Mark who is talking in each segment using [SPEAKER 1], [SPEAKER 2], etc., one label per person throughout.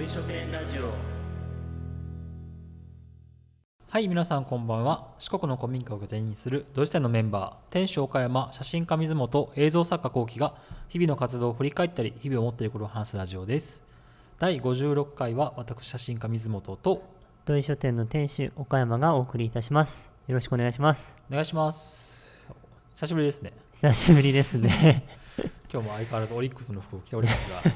[SPEAKER 1] り書店ラジオ
[SPEAKER 2] はい皆さんこんばんは四国の古民家を拠点にするドジテのメンバー天使岡山写真家水本映像作家幸喜が日々の活動を振り返ったり日々思っていることを話すラジオです第56回は私写真家水本と
[SPEAKER 3] 土井書店の店主岡山がお送りいたしますよろしくお願いします
[SPEAKER 2] お願いします久しぶりですね
[SPEAKER 3] 久しぶりです ね
[SPEAKER 2] 今日も相変わらずオリックスの服を着ております が今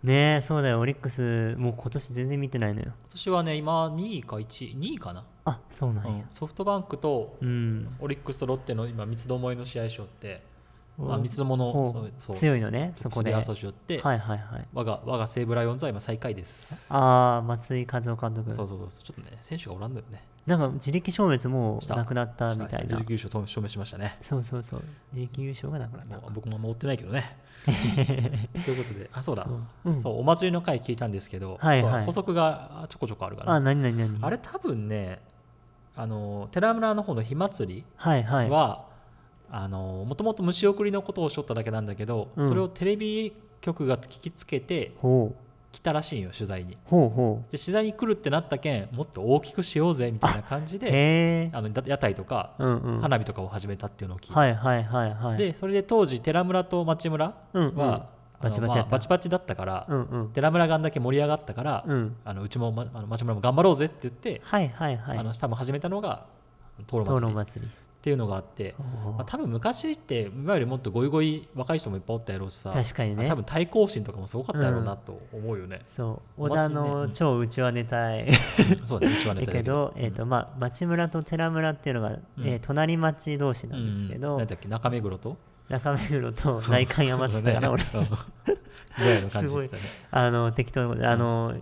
[SPEAKER 3] ねえそうだよオリックスもう今年全然見てないのよ
[SPEAKER 2] 年はね今2位か1位2位かな、
[SPEAKER 3] あそうなん
[SPEAKER 2] うん
[SPEAKER 3] や、
[SPEAKER 2] ソフトバンクと
[SPEAKER 3] うん、
[SPEAKER 2] オリックスとロッテの今三つどもえの試合しよって、まあ、
[SPEAKER 3] お
[SPEAKER 2] 三つどもの
[SPEAKER 3] ほう
[SPEAKER 2] そうそう
[SPEAKER 3] 強いのねそこで
[SPEAKER 2] トッ
[SPEAKER 3] は
[SPEAKER 2] プスリー争いしよって、
[SPEAKER 3] いはいはい
[SPEAKER 2] 我が我が西武ライオンズは今最下位です。
[SPEAKER 3] ああ松井和夫監督
[SPEAKER 2] そうそうそうそう、ちょっとね、選手がおらんのよね。
[SPEAKER 3] なんか自力消滅も
[SPEAKER 2] した
[SPEAKER 3] うなくなったみたい
[SPEAKER 2] した
[SPEAKER 3] な
[SPEAKER 2] 19勝と証明しましたね。
[SPEAKER 3] そうそうそう自力優勝がなくなった
[SPEAKER 2] もう僕もあんま追ってないけ どね。ということで、あ、そうだ。
[SPEAKER 3] そううん
[SPEAKER 2] そうお祭りの回聞いたんですけど、
[SPEAKER 3] はいはい
[SPEAKER 2] そう補足がちょこちょこあるから、
[SPEAKER 3] あ何何何
[SPEAKER 2] あれ多分ね、あの寺村の方の火祭り
[SPEAKER 3] はいはい
[SPEAKER 2] は、あのもともと虫送りのことをしょっただけなんだけど、
[SPEAKER 3] うん
[SPEAKER 2] それをテレビ局が聞きつけて
[SPEAKER 3] ほう
[SPEAKER 2] 来たらしいよ取材に。
[SPEAKER 3] ほうほ
[SPEAKER 2] で取材に来るってなったけんもっと大きくしようぜみたいな感じ
[SPEAKER 3] う
[SPEAKER 2] で
[SPEAKER 3] へえ
[SPEAKER 2] あのだ屋台とか
[SPEAKER 3] うんうん
[SPEAKER 2] 花火とかを始めたっていうのを聞いて、
[SPEAKER 3] はいはいはいはい
[SPEAKER 2] でそれで当時寺村と町村は、
[SPEAKER 3] うんうん
[SPEAKER 2] あの
[SPEAKER 3] バチバチやった
[SPEAKER 2] まあバチバチだったから、
[SPEAKER 3] うんうん
[SPEAKER 2] 寺村があんだけ盛り上がったから、
[SPEAKER 3] うん
[SPEAKER 2] あのうちも、ま、あの町村も頑張ろうぜって言って、
[SPEAKER 3] はいはいはい
[SPEAKER 2] あの多分始めたのが討論
[SPEAKER 3] 討
[SPEAKER 2] 祭り
[SPEAKER 3] 論
[SPEAKER 2] っ
[SPEAKER 3] 祭り
[SPEAKER 2] ていうのがあって、
[SPEAKER 3] おー
[SPEAKER 2] まあ、多分昔っていわゆるもっとゴイゴイ若い人もいっぱいおったやろうしさ
[SPEAKER 3] 確かにね
[SPEAKER 2] 多分対抗心とかもすごかったやろうなと思うよね、
[SPEAKER 3] そう
[SPEAKER 2] お
[SPEAKER 3] 織
[SPEAKER 2] 祭
[SPEAKER 3] 田
[SPEAKER 2] りねう
[SPEAKER 3] の
[SPEAKER 2] ん
[SPEAKER 3] 超うちはネタい
[SPEAKER 2] そうだね一番ネ
[SPEAKER 3] だ
[SPEAKER 2] タだ
[SPEAKER 3] けど、えっとまあ、町村と寺村っていうのが、えー隣町同士なんですけど、
[SPEAKER 2] うん、なんだっけ中目黒と
[SPEAKER 3] 中目黒 と内観山っつったかな、
[SPEAKER 2] そう
[SPEAKER 3] 俺
[SPEAKER 2] だねうんぐらいの感
[SPEAKER 3] す
[SPEAKER 2] じ
[SPEAKER 3] ご
[SPEAKER 2] で
[SPEAKER 3] い
[SPEAKER 2] したね
[SPEAKER 3] あの適当なことであの、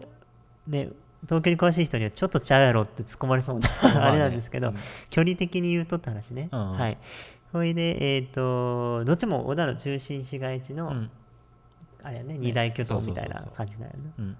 [SPEAKER 3] ね東京に詳しい人にはちょっとちゃうやろって突っ込まれそうな
[SPEAKER 2] ま あ
[SPEAKER 3] あ
[SPEAKER 2] ね
[SPEAKER 3] れなんですけど、
[SPEAKER 2] うん
[SPEAKER 3] 距離的に言うとって話ね、
[SPEAKER 2] うん
[SPEAKER 3] はいほいでえっ、とどっちも小田の中心市街地の、
[SPEAKER 2] うん
[SPEAKER 3] あれやね二大巨頭
[SPEAKER 2] そうそう
[SPEAKER 3] み
[SPEAKER 2] そう
[SPEAKER 3] た
[SPEAKER 2] そう
[SPEAKER 3] いな感じなんやな
[SPEAKER 2] うん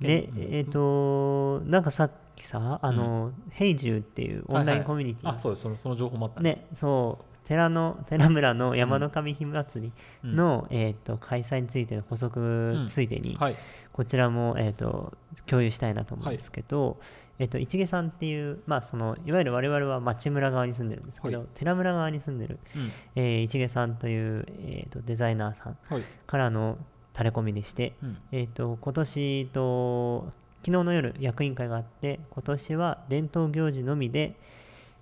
[SPEAKER 3] で、
[SPEAKER 2] うん
[SPEAKER 3] えっ、となんかさっきさあの、ヘイジューっていうオンラインコミュニティ、
[SPEAKER 2] はいはいあそうですそのその情報もあったね
[SPEAKER 3] ねそう寺の寺村の山の神火祭りの、えっ、と開催についての補足ついでに、
[SPEAKER 2] はい
[SPEAKER 3] こちらもえっ、と共有したいなと思うんですけど、えっ、と市毛さんっていうまあそのいわゆる我々は町村側に住んでるんですけど、
[SPEAKER 2] は
[SPEAKER 3] 寺村側に住んでる、
[SPEAKER 2] うん
[SPEAKER 3] えー市毛さんという、えー、とデザイナーさん
[SPEAKER 2] はい
[SPEAKER 3] からのタレコミでして、
[SPEAKER 2] うん
[SPEAKER 3] えっ、と今年と昨日の夜役員会があって今年は伝統行事のみで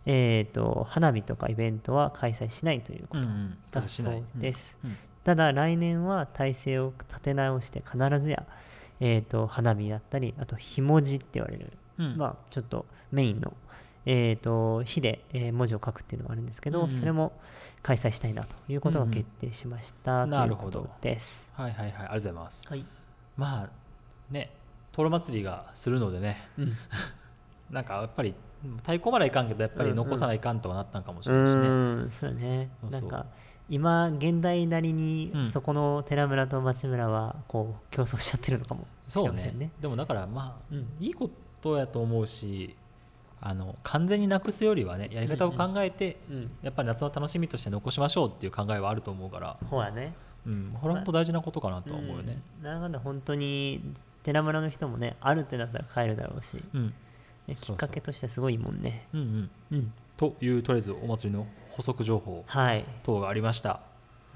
[SPEAKER 3] えっ、と花火とかイベントは開催しないという
[SPEAKER 2] う
[SPEAKER 3] こ
[SPEAKER 2] んう
[SPEAKER 3] とだ
[SPEAKER 2] ん
[SPEAKER 3] そうです、
[SPEAKER 2] うんうん
[SPEAKER 3] ただ来年は体制を立て直して必ずやえっ、と花火だったりあとひもじって言われる、
[SPEAKER 2] うん
[SPEAKER 3] まあちょっとメインのえっ、と火で、えー文字を書くっていうのがあるんですけど、
[SPEAKER 2] うんうん
[SPEAKER 3] それも開催したいなということが決定しました、
[SPEAKER 2] うん
[SPEAKER 3] と
[SPEAKER 2] ない
[SPEAKER 3] う
[SPEAKER 2] るほ
[SPEAKER 3] こ
[SPEAKER 2] ど
[SPEAKER 3] とです、
[SPEAKER 2] はいはいはいありがとうございます
[SPEAKER 3] はい
[SPEAKER 2] まあね灯籠祭りがするのでね
[SPEAKER 3] うん
[SPEAKER 2] なんかやっぱり対抗まではいかんけどやっぱり残さないかんとはなったんかもしれないしね
[SPEAKER 3] うんそうだね
[SPEAKER 2] そうそ
[SPEAKER 3] な
[SPEAKER 2] うん
[SPEAKER 3] か今現代なりに
[SPEAKER 2] うん
[SPEAKER 3] そこの寺村と町村はこう競争しちゃってるのかもし
[SPEAKER 2] そ
[SPEAKER 3] れ
[SPEAKER 2] う
[SPEAKER 3] ませんね
[SPEAKER 2] ねでもだからまあ
[SPEAKER 3] うん
[SPEAKER 2] いいことやと思うしあの完全になくすよりはねやり方を考えて
[SPEAKER 3] うん
[SPEAKER 2] やっぱり夏の楽しみとして残しましょうっていう考えはあると思うから、
[SPEAKER 3] ほらね
[SPEAKER 2] うん、これは本当大事なことかなとは思うよね。
[SPEAKER 3] うんなんだかんだ本当に寺村の人もねあるってなったら帰るだろうし、ね
[SPEAKER 2] うん、
[SPEAKER 3] きっかけとしてすごいもんね
[SPEAKER 2] うん、うん。
[SPEAKER 3] うん
[SPEAKER 2] というとりあえずお祭りの補足情報
[SPEAKER 3] はい
[SPEAKER 2] 等がありました。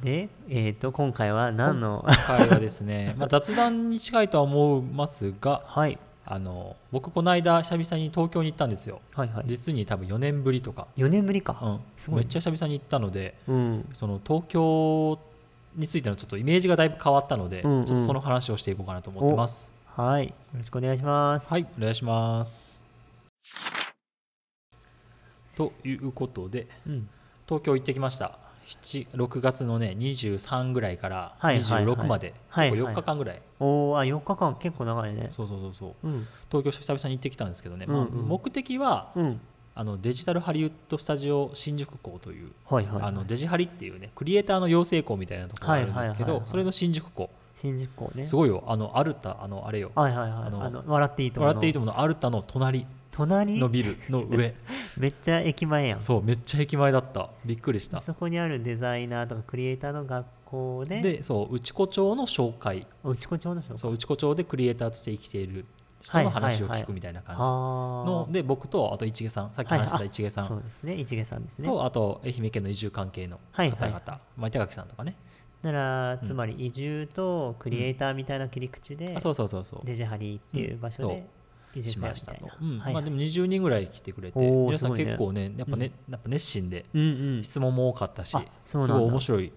[SPEAKER 3] でえっ、と今回は何の
[SPEAKER 2] 今回はですね、まあ、雑談に近いとは思いますが
[SPEAKER 3] はい
[SPEAKER 2] あの僕この間久々に東京に行ったんですよ。
[SPEAKER 3] はいはい
[SPEAKER 2] 実に多分4年ぶりとか、
[SPEAKER 3] 4年ぶり
[SPEAKER 2] う
[SPEAKER 3] か
[SPEAKER 2] ん、
[SPEAKER 3] すごい
[SPEAKER 2] めっちゃ久々に行ったので
[SPEAKER 3] うん
[SPEAKER 2] その東京についてのちょっとイメージがだいぶ変わったので、
[SPEAKER 3] うんうん
[SPEAKER 2] ちょっとその話をしていこうかなと思ってます。
[SPEAKER 3] はいよろしくお願いします
[SPEAKER 2] はい、お願いします。ということで、
[SPEAKER 3] うん
[SPEAKER 2] 東京行ってきました。7 6月のね、23ぐらいから
[SPEAKER 3] はいはいはい
[SPEAKER 2] 26まで、
[SPEAKER 3] はいはい
[SPEAKER 2] 4日間ぐらい、
[SPEAKER 3] おおあ4日間結構長いね
[SPEAKER 2] そうそうそうそう、
[SPEAKER 3] うん
[SPEAKER 2] 東京久々に行ってきたんですけどね、
[SPEAKER 3] うん
[SPEAKER 2] ま
[SPEAKER 3] う
[SPEAKER 2] あ、
[SPEAKER 3] ん
[SPEAKER 2] 目的は
[SPEAKER 3] うん
[SPEAKER 2] あのデジタルハリウッド・スタジオ新宿校という、
[SPEAKER 3] はいはい
[SPEAKER 2] あのデジハリっていうね、クリエイターの養成校みたいなところがあるんですけ
[SPEAKER 3] はいはいはい
[SPEAKER 2] ど
[SPEAKER 3] は、い
[SPEAKER 2] それの新宿校、
[SPEAKER 3] 新宿港ね
[SPEAKER 2] すごいよ、あの、アルタ、あの、あれよ、
[SPEAKER 3] はいはいはい
[SPEAKER 2] あ
[SPEAKER 3] あ
[SPEAKER 2] の
[SPEAKER 3] の笑っていいと思う
[SPEAKER 2] 笑っていいと思うのアルタの隣、
[SPEAKER 3] 隣
[SPEAKER 2] のビルの上
[SPEAKER 3] めっちゃ駅前やんそ
[SPEAKER 2] そうめっちゃ駅前だったびっくりした
[SPEAKER 3] こにあるデザイナーとかクリエイターの学校で
[SPEAKER 2] でそう内子町の紹介
[SPEAKER 3] おうちこちょうのしょ
[SPEAKER 2] そう内子町でクリエイターとして生きている人の話を聞くみたいな感じ
[SPEAKER 3] の
[SPEAKER 2] ので僕とあと市毛さんさっき話してた市毛さん
[SPEAKER 3] そうですね一毛さんですね
[SPEAKER 2] とあと愛媛県の移住関係の方
[SPEAKER 3] はい
[SPEAKER 2] 々、
[SPEAKER 3] はい
[SPEAKER 2] まあ、板垣さんとかね
[SPEAKER 3] ならつまり移住とクリエイターみたいな切り口で、
[SPEAKER 2] あそうそうそうそう
[SPEAKER 3] デジハリーっていう場所で移住
[SPEAKER 2] し
[SPEAKER 3] したよ
[SPEAKER 2] ま
[SPEAKER 3] み
[SPEAKER 2] した
[SPEAKER 3] たい
[SPEAKER 2] と
[SPEAKER 3] な、
[SPEAKER 2] うん
[SPEAKER 3] はい
[SPEAKER 2] まあ、でも20人ぐらい来てくれて
[SPEAKER 3] おー
[SPEAKER 2] 皆さ
[SPEAKER 3] すご
[SPEAKER 2] ん
[SPEAKER 3] いね
[SPEAKER 2] 結構ねやっぱね、やっぱ熱心で
[SPEAKER 3] うんうん
[SPEAKER 2] 質問も多かったし、
[SPEAKER 3] あ
[SPEAKER 2] す
[SPEAKER 3] そう
[SPEAKER 2] ご
[SPEAKER 3] ないんだ
[SPEAKER 2] 面白い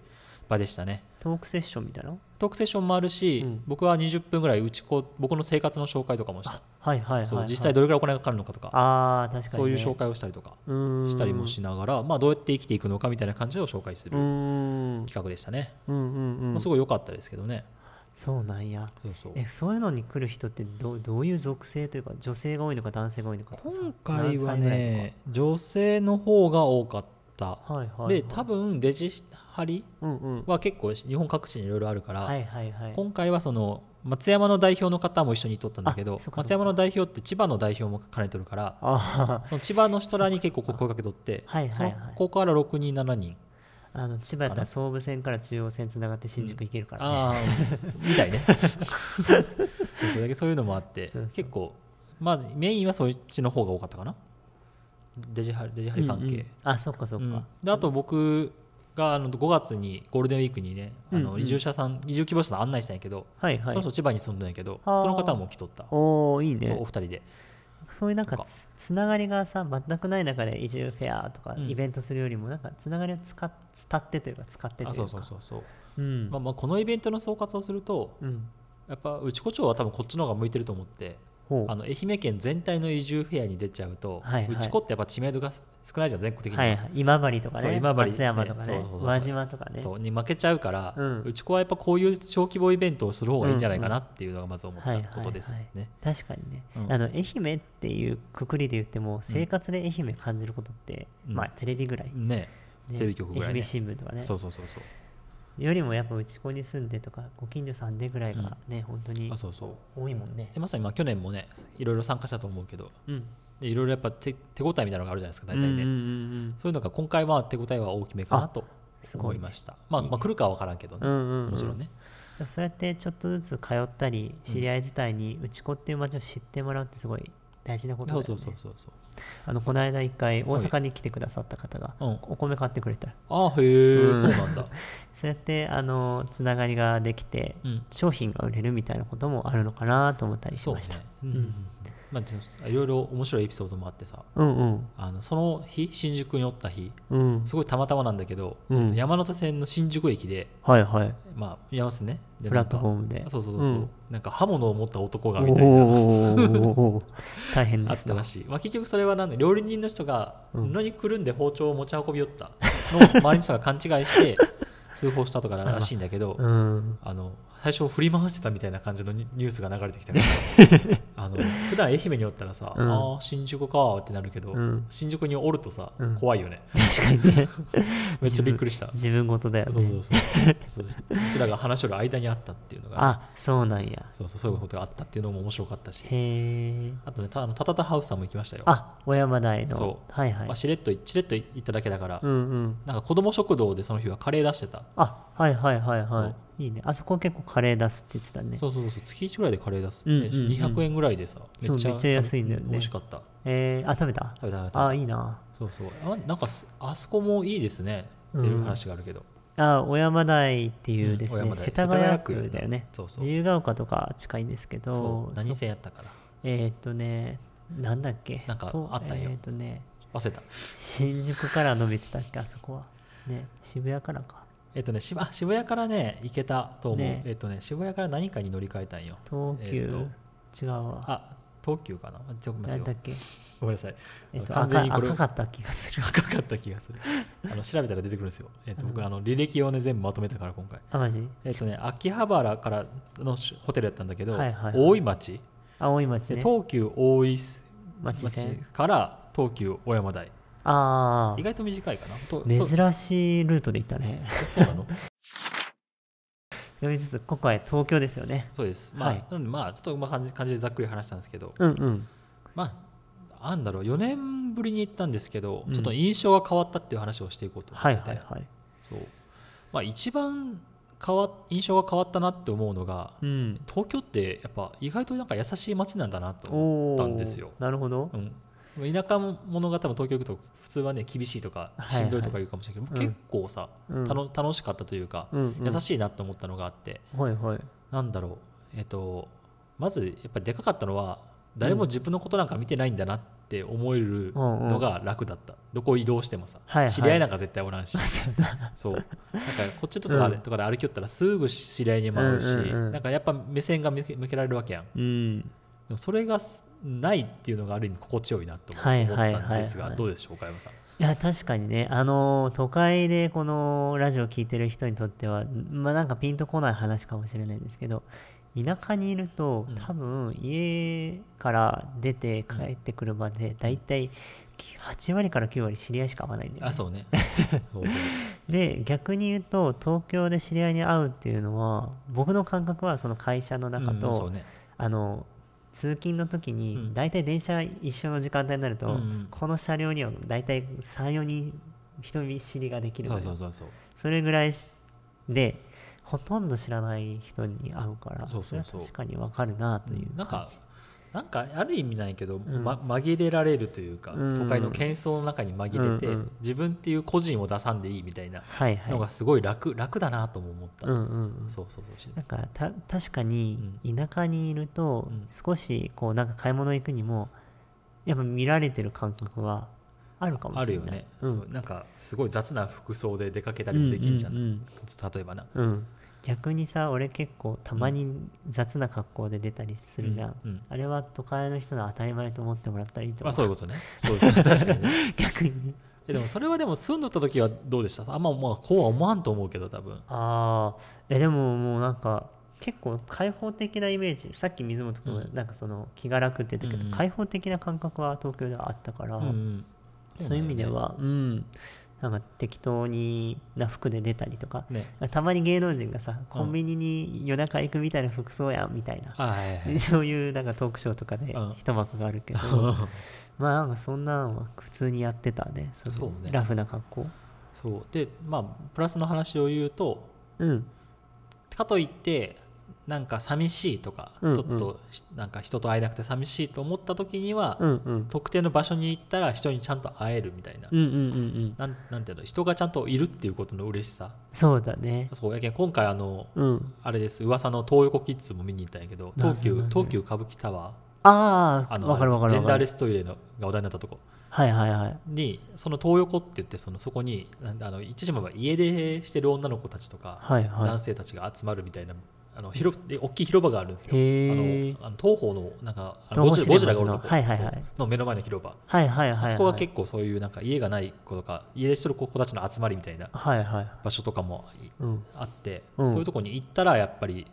[SPEAKER 2] 場でしたね
[SPEAKER 3] トークセッションみたいな
[SPEAKER 2] トークセッションもあるし、
[SPEAKER 3] うん
[SPEAKER 2] 僕は20分ぐらいうちこ僕の生活の紹介とかもした、
[SPEAKER 3] あはいはいはい、はい、
[SPEAKER 2] そう実際どれぐらいお金がかかるのかとか
[SPEAKER 3] ああ確かに、ね、
[SPEAKER 2] そういう紹介をしたりとか
[SPEAKER 3] うーん
[SPEAKER 2] したりもしながら、まあ、どうやって生きていくのかみたいな感じを紹介す
[SPEAKER 3] うー
[SPEAKER 2] る
[SPEAKER 3] ん
[SPEAKER 2] 企画でしたね、
[SPEAKER 3] うんうんうん
[SPEAKER 2] まあ、すごい良かったですけどね
[SPEAKER 3] そうなんや
[SPEAKER 2] そうそう
[SPEAKER 3] えそういうのに来る人ってどうどういう属性というか女性が多いのか男性が多いのかとかさ
[SPEAKER 2] 今回は
[SPEAKER 3] 何歳ぐらいとか
[SPEAKER 2] ね女性の方が多かった、
[SPEAKER 3] はいはい、
[SPEAKER 2] で多分デジハリ
[SPEAKER 3] うんうん
[SPEAKER 2] は結構日本各地にいろいろあるから、
[SPEAKER 3] はいはいはい
[SPEAKER 2] 今回はその松山の代表の方も一緒に撮ったんだけど
[SPEAKER 3] あそうかそうか
[SPEAKER 2] 松山の代表って千葉の代表も兼ねとるから
[SPEAKER 3] あー
[SPEAKER 2] その千葉の人らに結構声かけとって
[SPEAKER 3] はいはいはい
[SPEAKER 2] そのここから6人7人
[SPEAKER 3] あの千葉やったら総武線から中央線つながって新宿行けるからね、
[SPEAKER 2] ああみたい ねそうそうだけどそういうのもあって
[SPEAKER 3] そうそう
[SPEAKER 2] 結構まあメインはそっちの方が多かったかなデジハリデジハリ関係、
[SPEAKER 3] うんうんあそっかそっか、
[SPEAKER 2] うんであと僕があの5月にゴールデンウィークにねあ
[SPEAKER 3] うん
[SPEAKER 2] の
[SPEAKER 3] うん
[SPEAKER 2] 移住者さん、移住希望者さん案内したんやけど、
[SPEAKER 3] はいはい
[SPEAKER 2] その人千葉に住んでんやけど
[SPEAKER 3] あー
[SPEAKER 2] その方も来とった、
[SPEAKER 3] おおいい
[SPEAKER 2] そう
[SPEAKER 3] ね
[SPEAKER 2] お二人で
[SPEAKER 3] そういうなんか
[SPEAKER 2] とか
[SPEAKER 3] つつながりがさ全くない中で移住フェアとか
[SPEAKER 2] うん
[SPEAKER 3] イベントするよりもなんかつながりを使っ伝ってというか使ってという
[SPEAKER 2] あ
[SPEAKER 3] か
[SPEAKER 2] そうそうそうそう、
[SPEAKER 3] うん、
[SPEAKER 2] まあ、まあこのイベントの総括をすると
[SPEAKER 3] うん
[SPEAKER 2] やっぱ内子町は多分こっちの方が向いてると思って
[SPEAKER 3] ほう
[SPEAKER 2] あの愛媛県全体の移住フェアに出ちゃうと、
[SPEAKER 3] はいはい
[SPEAKER 2] 内子ってやっぱ知名度が少ないじゃん全国的に、
[SPEAKER 3] はいはい、今治とか
[SPEAKER 2] そう
[SPEAKER 3] ね
[SPEAKER 2] 今治
[SPEAKER 3] 松山とか
[SPEAKER 2] ね
[SPEAKER 3] ね
[SPEAKER 2] そうそうそう
[SPEAKER 3] 宇和島とかね
[SPEAKER 2] とに負けちゃうから、
[SPEAKER 3] うん
[SPEAKER 2] 内子はやっぱこういう小規模イベントをする方がいいんじゃないかなっていうのがまず思
[SPEAKER 3] う
[SPEAKER 2] っ
[SPEAKER 3] ん
[SPEAKER 2] た
[SPEAKER 3] うん
[SPEAKER 2] ことです
[SPEAKER 3] はいは
[SPEAKER 2] ね。
[SPEAKER 3] 確かにね、
[SPEAKER 2] うん
[SPEAKER 3] あの愛媛っていうくくりで言っても生活で愛媛感じることって、
[SPEAKER 2] うん
[SPEAKER 3] まあテレビぐらい、
[SPEAKER 2] ね
[SPEAKER 3] ね
[SPEAKER 2] テレビ局ぐらい
[SPEAKER 3] 愛
[SPEAKER 2] ね
[SPEAKER 3] 媛新聞とかね
[SPEAKER 2] そうそうそうそう
[SPEAKER 3] よりもやっぱ内子に住んでとかご近所さんでぐらいがね、本当に
[SPEAKER 2] あそうそう
[SPEAKER 3] 多いもんね
[SPEAKER 2] でまさにまあ去年もねいろいろ参加したと思うけど
[SPEAKER 3] うん
[SPEAKER 2] でいろいろやっぱ手手応えみたいなのがあるじゃないですか大体ね、
[SPEAKER 3] うんうんうんうん
[SPEAKER 2] そういうのが今回は手応えは大きめかなと
[SPEAKER 3] すご
[SPEAKER 2] 思
[SPEAKER 3] い
[SPEAKER 2] い
[SPEAKER 3] ね
[SPEAKER 2] ました、まあ、まあ来るかは分からんけどね、
[SPEAKER 3] うんうんうん
[SPEAKER 2] もちろんね
[SPEAKER 3] でもそうやってちょっとずつ通ったり知り合い自体に内子っていう街を知ってもらうってすごい大事なことだ
[SPEAKER 2] そ
[SPEAKER 3] よ
[SPEAKER 2] う
[SPEAKER 3] ね
[SPEAKER 2] そうそうそうそう
[SPEAKER 3] あのこの間一回大阪に来てくださった方が
[SPEAKER 2] うん
[SPEAKER 3] お米買ってくれた
[SPEAKER 2] あへえ、
[SPEAKER 3] うん
[SPEAKER 2] そうなんだ
[SPEAKER 3] そうやってあのつながりができて
[SPEAKER 2] うん
[SPEAKER 3] 商品が売れるみたいなこともあるのかなと思ったりし
[SPEAKER 2] そう
[SPEAKER 3] ま
[SPEAKER 2] ね
[SPEAKER 3] した
[SPEAKER 2] うんうんうんまあでもいろいろ面白いエピソードもあってさ
[SPEAKER 3] うんうん
[SPEAKER 2] あのその日新宿におった日
[SPEAKER 3] うん
[SPEAKER 2] すごいたまたまなんだけど、
[SPEAKER 3] うん
[SPEAKER 2] えっと山手線の新宿駅で
[SPEAKER 3] はいはい
[SPEAKER 2] まあ山手線ねで
[SPEAKER 3] プラットフォームで
[SPEAKER 2] なんかそうそうそうそう、
[SPEAKER 3] うん
[SPEAKER 2] なんか刃物を持った男
[SPEAKER 3] お
[SPEAKER 2] がみたいな
[SPEAKER 3] ーおー大変で
[SPEAKER 2] あっ
[SPEAKER 3] す
[SPEAKER 2] た
[SPEAKER 3] ね
[SPEAKER 2] らしい、まあ、結局それはなんで料理人の人が
[SPEAKER 3] うん
[SPEAKER 2] 布にくるんで包丁を持ち運び寄ったのを周りの人が勘違いして通報したとからしいんだけ ど、
[SPEAKER 3] うん
[SPEAKER 2] あの最初振り回してたみたいな感じのニニュースが流れてきたから あの普段愛媛におったらさ、
[SPEAKER 3] うん
[SPEAKER 2] ああ新宿かってなるけど、
[SPEAKER 3] うん
[SPEAKER 2] 新宿におるとさ、
[SPEAKER 3] うん
[SPEAKER 2] 怖いよね
[SPEAKER 3] 確かに ね
[SPEAKER 2] めっちゃびっくりした
[SPEAKER 3] 自分事だよ
[SPEAKER 2] そう
[SPEAKER 3] ね
[SPEAKER 2] そうそうそうこちらが話しとる間にあったっていうのが
[SPEAKER 3] あそうなんや
[SPEAKER 2] そうそうそういうことがあったっていうのも面白かったし
[SPEAKER 3] へえ
[SPEAKER 2] あとねたあのタタタハウスさんも行きましたよ
[SPEAKER 3] あ小山台の
[SPEAKER 2] そう
[SPEAKER 3] はいはい
[SPEAKER 2] まあ、しれっとしれっと行っただけだから、
[SPEAKER 3] うんうん
[SPEAKER 2] なんか子供食堂でその日はカレー出してた、
[SPEAKER 3] あはいはいはいは
[SPEAKER 2] そう
[SPEAKER 3] いいいねあそこ結構カレー出すって言ってたね
[SPEAKER 2] そうそうそう月1ぐらいでカレー出す、
[SPEAKER 3] うんうんうん
[SPEAKER 2] 200円ぐらいでさ
[SPEAKER 3] そうめっちゃ安いんだよね
[SPEAKER 2] 美味しかった
[SPEAKER 3] えー、あ食べた
[SPEAKER 2] 食べた食べた
[SPEAKER 3] あいいな
[SPEAKER 2] そうそうあなんかすあそこもいいですねっていう話があるけど、
[SPEAKER 3] あ小山台っていうです
[SPEAKER 2] うん
[SPEAKER 3] ね、
[SPEAKER 2] 小山台
[SPEAKER 3] 世田谷
[SPEAKER 2] 世田谷
[SPEAKER 3] 区
[SPEAKER 2] 区
[SPEAKER 3] だよね
[SPEAKER 2] そうそう
[SPEAKER 3] 自由が丘とか近いんですけ
[SPEAKER 2] そ
[SPEAKER 3] ど
[SPEAKER 2] う何
[SPEAKER 3] そ
[SPEAKER 2] 線やったかな
[SPEAKER 3] えー、っとねなんだっけ
[SPEAKER 2] なんか
[SPEAKER 3] と
[SPEAKER 2] あったよ
[SPEAKER 3] えー、っとね
[SPEAKER 2] 忘れた
[SPEAKER 3] 新宿から伸びてたっけあそこはね渋谷からか
[SPEAKER 2] えっとねしあ渋谷からね行けたと思う、
[SPEAKER 3] ね
[SPEAKER 2] えっとね渋谷から何かに乗り換えたんよ
[SPEAKER 3] 東
[SPEAKER 2] え
[SPEAKER 3] 急、
[SPEAKER 2] ーと
[SPEAKER 3] 違うわ
[SPEAKER 2] あ東急かなちょっと待
[SPEAKER 3] な
[SPEAKER 2] っ
[SPEAKER 3] ん
[SPEAKER 2] て
[SPEAKER 3] だ
[SPEAKER 2] よ
[SPEAKER 3] っけ
[SPEAKER 2] ごめんなさい、
[SPEAKER 3] えっと
[SPEAKER 2] 完全に
[SPEAKER 3] 赤
[SPEAKER 2] これ
[SPEAKER 3] 赤かった気がする
[SPEAKER 2] 赤かった気 がするあの調べたら出てくるんですよ、えっと、僕あの履歴をね全部まとめたから今回
[SPEAKER 3] あマジ
[SPEAKER 2] えっとね、秋葉原からのホテルやったんだけど、
[SPEAKER 3] はいはいはい
[SPEAKER 2] 大井町、
[SPEAKER 3] 青い町
[SPEAKER 2] で
[SPEAKER 3] ね
[SPEAKER 2] 東急大井
[SPEAKER 3] 町
[SPEAKER 2] 町
[SPEAKER 3] 線
[SPEAKER 2] から東急小山台
[SPEAKER 3] ああ
[SPEAKER 2] 意外と短いかなとと
[SPEAKER 3] 珍しいルートで行ったね
[SPEAKER 2] そうなの
[SPEAKER 3] 呼びつつ今回東京ですよね
[SPEAKER 2] そうですまあ、
[SPEAKER 3] はい
[SPEAKER 2] なのでまあちょっとまあ感じ感じでざっくり話したんですけど
[SPEAKER 3] うんうん
[SPEAKER 2] まあなんだろう4年ぶりに行ったんですけど、
[SPEAKER 3] うん
[SPEAKER 2] ちょっと印象が変わったっていう話をしていこうと思って
[SPEAKER 3] はい
[SPEAKER 2] て、
[SPEAKER 3] はいはい。
[SPEAKER 2] そうまあ、一番変わ印象が変わったなって思うのが
[SPEAKER 3] うん。
[SPEAKER 2] 東京ってやっぱ意外となんか優しい街なんだなと思
[SPEAKER 3] お
[SPEAKER 2] った
[SPEAKER 3] お
[SPEAKER 2] んですよ。。
[SPEAKER 3] なるほど
[SPEAKER 2] う。ん田舎者が多分東京行くと普通はね厳しいとか
[SPEAKER 3] はいは
[SPEAKER 2] し
[SPEAKER 3] い
[SPEAKER 2] んどいとか言うかもしれないけど、
[SPEAKER 3] うん
[SPEAKER 2] 結構さ、
[SPEAKER 3] うん
[SPEAKER 2] たの楽しかったというか、
[SPEAKER 3] うんうん
[SPEAKER 2] 優しいなと思ったのがあって
[SPEAKER 3] はい はい。
[SPEAKER 2] なんだろうえっとまずやっぱりでかかったのは誰も自分のことなんか見てないんだなって思えるのが楽だった、どこ移動してもさ、
[SPEAKER 3] はいはい
[SPEAKER 2] 知り合いなんか絶対おら んしそうなんかこっちと
[SPEAKER 3] う
[SPEAKER 2] か,、
[SPEAKER 3] ん
[SPEAKER 2] とかで歩きよったらすぐ知り合いにも会うし、
[SPEAKER 3] うんうんうん
[SPEAKER 2] なんかやっぱ目線が向け向けられるわけやん
[SPEAKER 3] うん。
[SPEAKER 2] でもそれがすないっていうのがある意味心地よいなと思
[SPEAKER 3] はい
[SPEAKER 2] 思っ
[SPEAKER 3] はいはいはい
[SPEAKER 2] たんですがどうでしょうか山さん。
[SPEAKER 3] いや確かにね、あのー都会でこのラジオ聞いてる人にとっては、まあ、なんかピンとこない話かもしれないんですけど田舎にいると
[SPEAKER 2] うん
[SPEAKER 3] 多分家から出て
[SPEAKER 2] うん
[SPEAKER 3] 帰ってくるまで大体8割から9割知り合いしか会わないんだよ、
[SPEAKER 2] あ
[SPEAKER 3] ね、
[SPEAKER 2] そ うねそう
[SPEAKER 3] で逆に言うと東京で知り合いに会うっていうのは僕の感覚はその会社の中
[SPEAKER 2] うんそ
[SPEAKER 3] と、
[SPEAKER 2] うね
[SPEAKER 3] あの通勤の時
[SPEAKER 2] う
[SPEAKER 3] に
[SPEAKER 2] ん
[SPEAKER 3] 大体電車一緒の時間帯になると、
[SPEAKER 2] うんうん
[SPEAKER 3] この車両には大体34人人見知りができるの
[SPEAKER 2] そう
[SPEAKER 3] よ
[SPEAKER 2] そうそうそう
[SPEAKER 3] それぐらいしでほとんど知らない人に会うから
[SPEAKER 2] そうそうそう
[SPEAKER 3] れは確かにわかるなといううん
[SPEAKER 2] なんか
[SPEAKER 3] 感じ
[SPEAKER 2] なんかある意味なんやけど、
[SPEAKER 3] ん
[SPEAKER 2] ま、紛れられるというか、
[SPEAKER 3] うん
[SPEAKER 2] 都会の喧騒の中に紛れて、
[SPEAKER 3] うんうん
[SPEAKER 2] 自分っていう個人を出さんでいいみたいな
[SPEAKER 3] はいはい
[SPEAKER 2] のがすごい楽,、楽だなとも思った、
[SPEAKER 3] うんうんうん
[SPEAKER 2] そうそうそうし
[SPEAKER 3] なんかた確かに田舎にいると
[SPEAKER 2] うん
[SPEAKER 3] 少しこうなんか買い物行くにもやっぱ見られてる感覚はあるかも
[SPEAKER 2] あ
[SPEAKER 3] しれ
[SPEAKER 2] るよ
[SPEAKER 3] ない
[SPEAKER 2] ね、
[SPEAKER 3] うん
[SPEAKER 2] そうなんかすごい雑な服装で出かけたりもできんじゃん,、
[SPEAKER 3] うんうんうん
[SPEAKER 2] 例えばな
[SPEAKER 3] うん逆にさ俺結構たまに雑な格好で出たりするじゃん、
[SPEAKER 2] うんうん
[SPEAKER 3] あれは都会の人の当たり前と思ってもらったらいいと
[SPEAKER 2] ま
[SPEAKER 3] 思
[SPEAKER 2] あ
[SPEAKER 3] う、
[SPEAKER 2] そ ういうことねそうです 確かにね
[SPEAKER 3] 逆に
[SPEAKER 2] えでもそれはでも住んどった時はどうでしたあんままあこうは思わんと思うけど多分
[SPEAKER 3] ああえでももうなんか結構開放的なイメージさっき水本君が
[SPEAKER 2] うん
[SPEAKER 3] なんかその気が楽って言ったけど、
[SPEAKER 2] うんうん
[SPEAKER 3] 開放的な感覚は東京ではあったから、
[SPEAKER 2] うんうん
[SPEAKER 3] そういう意味で
[SPEAKER 2] そ
[SPEAKER 3] はうんなんか適当にな服で出たりとか
[SPEAKER 2] ね
[SPEAKER 3] たまに芸能人がさコンビニに夜中行くみたいな服装やんみたいな、
[SPEAKER 2] あはいはいは い
[SPEAKER 3] そういうなんかトークショーとかで
[SPEAKER 2] うん
[SPEAKER 3] 一幕がある けど、まあなんかそんなのは普通にやってたねそういう
[SPEAKER 2] そうね
[SPEAKER 3] ラフな格好
[SPEAKER 2] そうでまあプラスの話を言うと
[SPEAKER 3] うん
[SPEAKER 2] かといってなんか寂しいとか、
[SPEAKER 3] うんうん
[SPEAKER 2] ちょっとしなんか人と会えなくて寂しいと思った時には、
[SPEAKER 3] うんうん
[SPEAKER 2] 特定の場所に行ったら人にちゃんと会えるみたいな、
[SPEAKER 3] うんうんうんうん
[SPEAKER 2] なんなんていうの人がちゃんといるっていうことの嬉しさ
[SPEAKER 3] そうだね
[SPEAKER 2] そうやけん今回あの
[SPEAKER 3] うん
[SPEAKER 2] あれです噂の東横キッズも見に行ったんやけど東急
[SPEAKER 3] なぜなぜ
[SPEAKER 2] 東急歌舞伎タワ
[SPEAKER 3] あ
[SPEAKER 2] ー
[SPEAKER 3] あ
[SPEAKER 2] あの
[SPEAKER 3] わかるわか
[SPEAKER 2] ジ
[SPEAKER 3] る
[SPEAKER 2] ェ
[SPEAKER 3] わ
[SPEAKER 2] ンダ
[SPEAKER 3] か
[SPEAKER 2] ーレ
[SPEAKER 3] る
[SPEAKER 2] ストイレのがお題になったとこ
[SPEAKER 3] はいはいはい
[SPEAKER 2] にその東横って言ってそのそこになんだあの言ってしまえば家出してる女の子たちとか、
[SPEAKER 3] はいは
[SPEAKER 2] 男性たちが集まるみたいなあの広くで大きい広場があるんですよ。あ
[SPEAKER 3] へー
[SPEAKER 2] のあの東方のなんかあの
[SPEAKER 3] 東
[SPEAKER 2] ゴ
[SPEAKER 3] 方
[SPEAKER 2] ジ
[SPEAKER 3] シ
[SPEAKER 2] ゴジ
[SPEAKER 3] ネ
[SPEAKER 2] ラ
[SPEAKER 3] マズの
[SPEAKER 2] がおるとこ
[SPEAKER 3] はいはいはい
[SPEAKER 2] そうの目の前の広場。
[SPEAKER 3] いはいはいはい
[SPEAKER 2] あ
[SPEAKER 3] い
[SPEAKER 2] そこは結構そういうなんか家がない子とか家出してる子たちの集まりみたいな
[SPEAKER 3] はいはい
[SPEAKER 2] 場所とかもい
[SPEAKER 3] うん
[SPEAKER 2] あって、
[SPEAKER 3] うん
[SPEAKER 2] そういうとこに行ったらやっぱり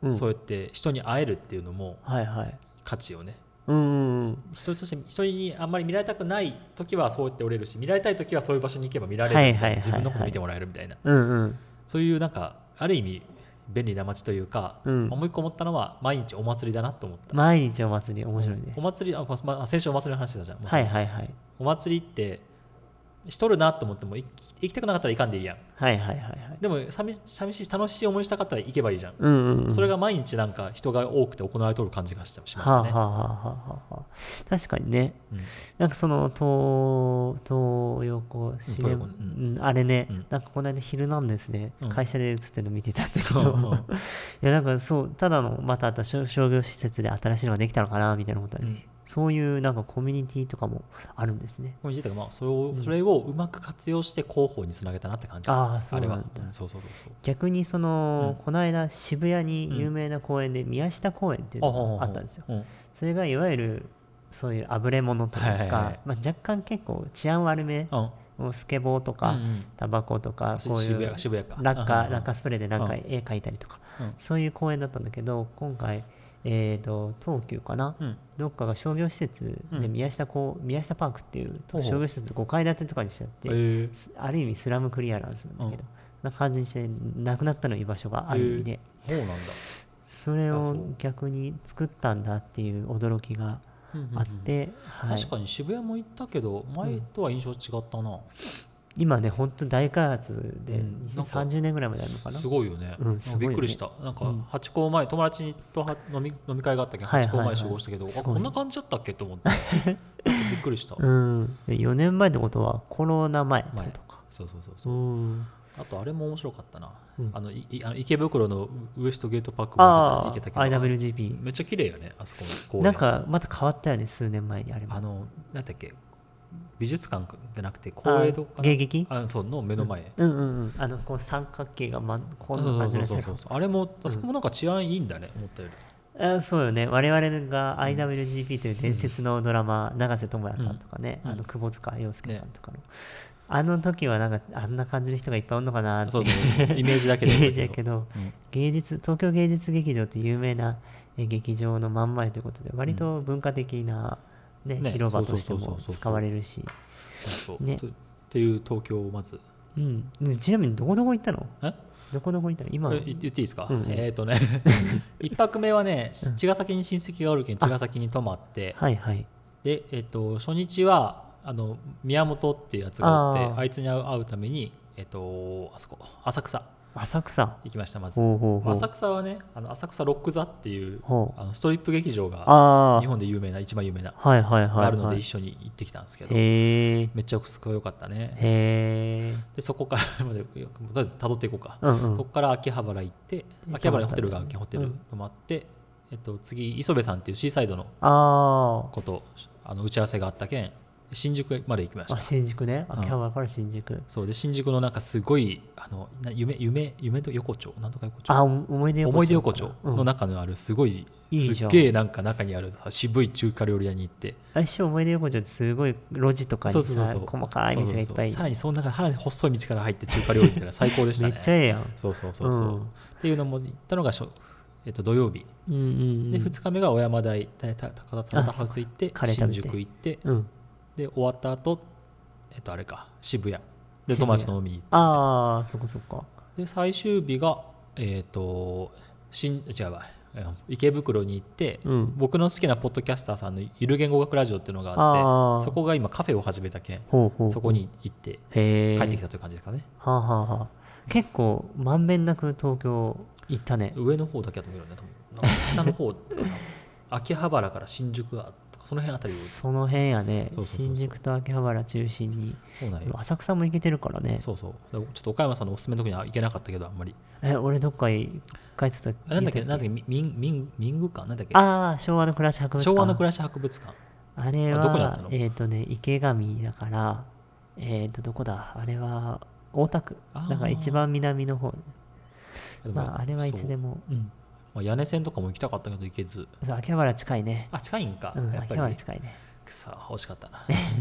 [SPEAKER 3] うん
[SPEAKER 2] そうやって人に会えるっていうのも
[SPEAKER 3] はいはい
[SPEAKER 2] 価値よね。
[SPEAKER 3] うんうんうん
[SPEAKER 2] 人として人にあんまり見られたくない時はそうやって折れるし見られたい時はそういう場所に行けば見られるみたいな
[SPEAKER 3] はいはいはいはい
[SPEAKER 2] 自分のこと見てもらえるみたいな
[SPEAKER 3] うんうん
[SPEAKER 2] そういうなんかある意味便利な街というか、
[SPEAKER 3] うん
[SPEAKER 2] もう一個思ったのは毎日お祭りだなと思った、
[SPEAKER 3] 毎日お祭り面白いね
[SPEAKER 2] お祭りあ、まあ、先週お祭りの話だじゃん、まさ
[SPEAKER 3] は
[SPEAKER 2] に
[SPEAKER 3] いはいはい
[SPEAKER 2] お祭りってしとるなと思っても行き行きたくなかったら行かんでいいやん
[SPEAKER 3] はいはいはいはい
[SPEAKER 2] でも寂し寂しい楽しい思いしたかったら行けばいいじゃん、
[SPEAKER 3] うんうんうん
[SPEAKER 2] それが毎日なんか人が多くて行われとる感じがししまし
[SPEAKER 3] はあ
[SPEAKER 2] た
[SPEAKER 3] は
[SPEAKER 2] ね、
[SPEAKER 3] あはあはあはあ確かにね
[SPEAKER 2] うん
[SPEAKER 3] なんかその東東横シネマ、
[SPEAKER 2] 東横
[SPEAKER 3] うんあれね、
[SPEAKER 2] うん
[SPEAKER 3] なんかこの間「昼なんですね、
[SPEAKER 2] うん
[SPEAKER 3] 会社で映ってるの見てたんだ け
[SPEAKER 2] うんうん
[SPEAKER 3] どいやなんかそうただのまたあと商商業施設で新しいのができたのかなみたいなこと、
[SPEAKER 2] うん
[SPEAKER 3] ねそういうなんかコミュニティとかもあるんですね
[SPEAKER 2] コミュニティとかまあそれをそれをうまく活用して広報につなげたなって感じ、
[SPEAKER 3] ああそう
[SPEAKER 2] あ
[SPEAKER 3] な
[SPEAKER 2] れ
[SPEAKER 3] んだ
[SPEAKER 2] はうんそうそうそうそう
[SPEAKER 3] 逆にその、この間渋谷に有名な公園で宮下公園っていう
[SPEAKER 2] ほうほうほ
[SPEAKER 3] の
[SPEAKER 2] う
[SPEAKER 3] があったんですよ、
[SPEAKER 2] うん
[SPEAKER 3] それがいわゆるそういうあぶれ物というか、
[SPEAKER 2] はいはいはい
[SPEAKER 3] まあ、若干結構治安悪め
[SPEAKER 2] うん
[SPEAKER 3] もうスケボーとか、
[SPEAKER 2] うんうん
[SPEAKER 3] タバコとかこうい
[SPEAKER 2] 渋
[SPEAKER 3] う
[SPEAKER 2] 谷渋谷か
[SPEAKER 3] 落
[SPEAKER 2] うんうん
[SPEAKER 3] 下
[SPEAKER 2] うん
[SPEAKER 3] 落下スプレーでなん
[SPEAKER 2] う
[SPEAKER 3] か
[SPEAKER 2] ん
[SPEAKER 3] 絵描いたりとか、
[SPEAKER 2] うん
[SPEAKER 3] そういう公演だったんだけど今回、えー、と東急かな、
[SPEAKER 2] うん
[SPEAKER 3] どっかが商業施設
[SPEAKER 2] う
[SPEAKER 3] で
[SPEAKER 2] ん
[SPEAKER 3] 宮下こう宮下パークっていう
[SPEAKER 2] ほうほう
[SPEAKER 3] 商業施設5階建てとかにしちゃって、
[SPEAKER 2] へえ
[SPEAKER 3] すある意味スラムクリアランスなんだけど、
[SPEAKER 2] うん
[SPEAKER 3] な感じにしてなくなったの居場所がある意味で、
[SPEAKER 2] そうなんだ
[SPEAKER 3] それ
[SPEAKER 2] あ
[SPEAKER 3] を
[SPEAKER 2] そう
[SPEAKER 3] 逆に作ったんだっていう驚きが
[SPEAKER 2] うんうんうん
[SPEAKER 3] あって、はい
[SPEAKER 2] 確、かに渋谷も行ったけど前とは印象違ったな、
[SPEAKER 3] 今ね本当大開発で
[SPEAKER 2] うんなんか
[SPEAKER 3] 30年ぐらいまであるのかな、
[SPEAKER 2] すごいよね,、
[SPEAKER 3] うんすごいよね
[SPEAKER 2] びっくりしたなん
[SPEAKER 3] う
[SPEAKER 2] か
[SPEAKER 3] ん
[SPEAKER 2] 八甲前友達とは飲み飲み会があったけど
[SPEAKER 3] はい
[SPEAKER 2] 八
[SPEAKER 3] はい
[SPEAKER 2] 甲
[SPEAKER 3] はい
[SPEAKER 2] 前集合したけど、
[SPEAKER 3] す
[SPEAKER 2] あ
[SPEAKER 3] ごい
[SPEAKER 2] こんな感じだったっけと思って びっくりした、
[SPEAKER 3] うん、で4年前ってことはコロナ前ってこ
[SPEAKER 2] 前
[SPEAKER 3] とか、
[SPEAKER 2] そうそうそう
[SPEAKER 3] う
[SPEAKER 2] そう、
[SPEAKER 3] ん、
[SPEAKER 2] あとあれも面白かったな、
[SPEAKER 3] うん
[SPEAKER 2] あのいいあの池袋のウウエストゲートパックも行
[SPEAKER 3] ああ
[SPEAKER 2] けたけど
[SPEAKER 3] IWGP
[SPEAKER 2] めっちゃ綺麗よねあそこの公園
[SPEAKER 3] なんかまた変わったよね数年前にあれも
[SPEAKER 2] あのなんだっけ美術館じゃなくて公営堂か
[SPEAKER 3] あ
[SPEAKER 2] な
[SPEAKER 3] 迎撃
[SPEAKER 2] あそうの目の前、
[SPEAKER 3] うんうんうんあのこう三角形が、ま、こんな感じのやつ
[SPEAKER 2] そうそうそうそうあれもあそこもなんか治安いいんだね、思ったより
[SPEAKER 3] あそうよね我々が IWGP という伝説のドラマ、永瀬智也さんとかね、
[SPEAKER 2] うん
[SPEAKER 3] あの窪塚洋介さんとかの、あの時はなんかあんな感じの人がいっぱいおるのかなって
[SPEAKER 2] そうそうそうイメージだけ で
[SPEAKER 3] イメージやけど、
[SPEAKER 2] うん
[SPEAKER 3] 芸術東京芸術劇場って有名なえ劇場の真ん前ということで割と文化的な、ね
[SPEAKER 2] ね
[SPEAKER 3] 広場として
[SPEAKER 2] そうそう
[SPEAKER 3] も
[SPEAKER 2] そうそうそう
[SPEAKER 3] 使われるし、
[SPEAKER 2] そうそう
[SPEAKER 3] ね
[SPEAKER 2] とっていう東京をまず
[SPEAKER 3] うん、ちなみにどこどこ行ったの
[SPEAKER 2] え
[SPEAKER 3] どこどこ行ったの今
[SPEAKER 2] え言言っていいですか、
[SPEAKER 3] うんうん
[SPEAKER 2] えっ、と ね一泊目はねし茅ヶ崎に親戚がおるけん茅ヶ崎に泊まって
[SPEAKER 3] はいはい
[SPEAKER 2] で、えっと初日はあの宮本っていうやつがおって
[SPEAKER 3] あ
[SPEAKER 2] あ
[SPEAKER 3] ー
[SPEAKER 2] いつに会う会うために、えっとあそこ浅草
[SPEAKER 3] 浅草
[SPEAKER 2] 行きましたまず
[SPEAKER 3] ほうほうほう
[SPEAKER 2] 浅草はねあの浅草ロック座っていう
[SPEAKER 3] ほう
[SPEAKER 2] あのストリップ劇場が
[SPEAKER 3] あ
[SPEAKER 2] 日
[SPEAKER 3] あ
[SPEAKER 2] 本で有名な一番有名な
[SPEAKER 3] はいはいはい、はい、
[SPEAKER 2] があるので一緒に行ってきたんですけど、
[SPEAKER 3] へえ
[SPEAKER 2] めっちゃすごい良かったね
[SPEAKER 3] へえ
[SPEAKER 2] でそこから までとりあえず辿っていこうか、
[SPEAKER 3] うんうん
[SPEAKER 2] そこから秋葉原行って
[SPEAKER 3] うん
[SPEAKER 2] 秋葉原にホテルがあるけんホ
[SPEAKER 3] 秋
[SPEAKER 2] テ
[SPEAKER 3] 葉
[SPEAKER 2] ル
[SPEAKER 3] 原
[SPEAKER 2] 泊まって、えっと、次磯部さんっていうシーサイドの
[SPEAKER 3] あ
[SPEAKER 2] ことあの打ち合わせがあったけん新宿まで行きまし
[SPEAKER 3] ーあ
[SPEAKER 2] た
[SPEAKER 3] 新宿ね
[SPEAKER 2] うん
[SPEAKER 3] 秋葉原から新宿、
[SPEAKER 2] そうで新宿のなんかすごいあのな夢夢夢と横丁なんとか横丁
[SPEAKER 3] あお思い出横丁
[SPEAKER 2] 思い出横丁
[SPEAKER 3] うん
[SPEAKER 2] の中のあるすごい、
[SPEAKER 3] いいじ
[SPEAKER 2] す
[SPEAKER 3] ゃ
[SPEAKER 2] っ
[SPEAKER 3] ん
[SPEAKER 2] げえなんか中にあるさ渋い中華料理屋に行って
[SPEAKER 3] あ一緒思い出横丁ってすごい路地とか
[SPEAKER 2] そう
[SPEAKER 3] に
[SPEAKER 2] そうそう
[SPEAKER 3] さ
[SPEAKER 2] そう
[SPEAKER 3] 細かい店がいっぱい
[SPEAKER 2] そうそうそうさらにその中さらに細い道から入って中華料理みたいな最高でし た
[SPEAKER 3] め
[SPEAKER 2] ね
[SPEAKER 3] っちゃええやん
[SPEAKER 2] そうそうそうそう、
[SPEAKER 3] うん
[SPEAKER 2] っていうのも行ったのがしょ、えっと土曜日
[SPEAKER 3] うんうん
[SPEAKER 2] で2日目が小山台たた高田高田ハウス行って
[SPEAKER 3] そうかカレー食
[SPEAKER 2] 新
[SPEAKER 3] べて
[SPEAKER 2] 宿行って
[SPEAKER 3] うん
[SPEAKER 2] で終わった後えっとあれか渋谷で
[SPEAKER 3] 渋
[SPEAKER 2] 友
[SPEAKER 3] 谷
[SPEAKER 2] 達と飲みに行っ
[SPEAKER 3] ああそっかそっか
[SPEAKER 2] てで最終日がえっと新違うわえー池袋に行って、
[SPEAKER 3] うん
[SPEAKER 2] 僕の好きなポッドキャスターさんのゆる言語学ラジオっていうのがあ
[SPEAKER 3] あー
[SPEAKER 2] ってそこが今カフェを始めたけん
[SPEAKER 3] ほうほう
[SPEAKER 2] そこに行って
[SPEAKER 3] へえ
[SPEAKER 2] 帰ってきたという感じですかね、
[SPEAKER 3] はあはあはあ結構まんべんなく東京行ったね
[SPEAKER 2] 上の方だけだと思うよね多分なんか北の方秋葉原から新宿はとかその辺あたりをそ
[SPEAKER 3] その辺やね
[SPEAKER 2] そうそうそうそ
[SPEAKER 3] 新
[SPEAKER 2] う
[SPEAKER 3] 宿と秋葉原中心に
[SPEAKER 2] うなんよ
[SPEAKER 3] 浅草も行けてるからね
[SPEAKER 2] そうそうだからちょっと岡山さんのおすすめのとこには行けなかったけどあんまり
[SPEAKER 3] え俺どっか一回ちょっと
[SPEAKER 2] あなんだっけ
[SPEAKER 3] 言う
[SPEAKER 2] な
[SPEAKER 3] と
[SPEAKER 2] んだっけみ民民民具館なんだっけ
[SPEAKER 3] ああ昭和の暮らし博物館
[SPEAKER 2] 昭和の暮らし博物館
[SPEAKER 3] あれ
[SPEAKER 2] あどこにあった
[SPEAKER 3] は
[SPEAKER 2] の
[SPEAKER 3] えっ、とね池上だからえっ、とどこだあれは大田区
[SPEAKER 2] あー
[SPEAKER 3] だから一番南の方
[SPEAKER 2] でも
[SPEAKER 3] まああれはいつで
[SPEAKER 2] そう
[SPEAKER 3] もうん
[SPEAKER 2] まあ、屋根線とかも行きたかったけど行けず
[SPEAKER 3] そう秋葉原近いね
[SPEAKER 2] あ近いんか、
[SPEAKER 3] うん
[SPEAKER 2] やっ
[SPEAKER 3] 秋葉
[SPEAKER 2] ぱり、
[SPEAKER 3] 原
[SPEAKER 2] ね、
[SPEAKER 3] 近いね
[SPEAKER 2] くそ惜しかったな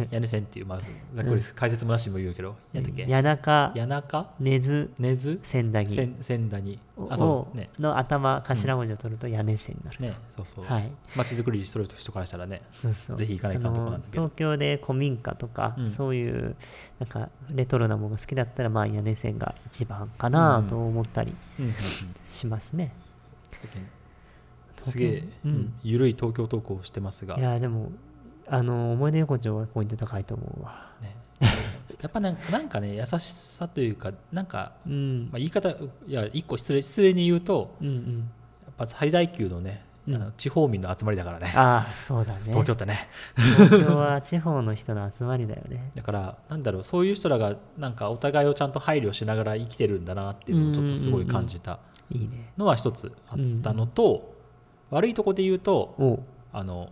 [SPEAKER 2] 屋根線っていうまずざっくり解説もなしにも言うけど、なんだっけ
[SPEAKER 3] 谷中
[SPEAKER 2] 谷中
[SPEAKER 3] 根津
[SPEAKER 2] 根津
[SPEAKER 3] 千駄木
[SPEAKER 2] 千千駄にあそう
[SPEAKER 3] を
[SPEAKER 2] ですね
[SPEAKER 3] の頭頭文字を取ると屋根線になる、
[SPEAKER 2] ねそうそう、
[SPEAKER 3] はい
[SPEAKER 2] 街づくりしてる人からしたらね
[SPEAKER 3] そうそう
[SPEAKER 2] ぜひ行かないかんとこなんだけど
[SPEAKER 3] あの東京で古民家とか、
[SPEAKER 2] うん
[SPEAKER 3] そういうなんかレトロなものが好きだったらまあ屋根線が一番かなと思ったり
[SPEAKER 2] うんうんうん
[SPEAKER 3] しますね、
[SPEAKER 2] すげえ、
[SPEAKER 3] うん
[SPEAKER 2] ゆるい東京トークをしてますが、
[SPEAKER 3] いやでもあの思い出横丁はポイント高いと思うわ
[SPEAKER 2] ねやっぱなんかなんかね優しさというかなんか、
[SPEAKER 3] うん
[SPEAKER 2] まあ、言い方いや一個失礼失礼に言うと
[SPEAKER 3] うんうん
[SPEAKER 2] やっぱ最大級のね、
[SPEAKER 3] うん
[SPEAKER 2] あの地方民の集まりだからね
[SPEAKER 3] ああそうだね
[SPEAKER 2] 東京ってね
[SPEAKER 3] 東京は地方の人の集まりだよね
[SPEAKER 2] だからなんだろうそういう人らがなんかお互いをちゃんと配慮しながら生きてるんだなっていうのをちょっとすごい感じた
[SPEAKER 3] いいね
[SPEAKER 2] のは一つあったのと、悪いとこで言うと
[SPEAKER 3] おう
[SPEAKER 2] あの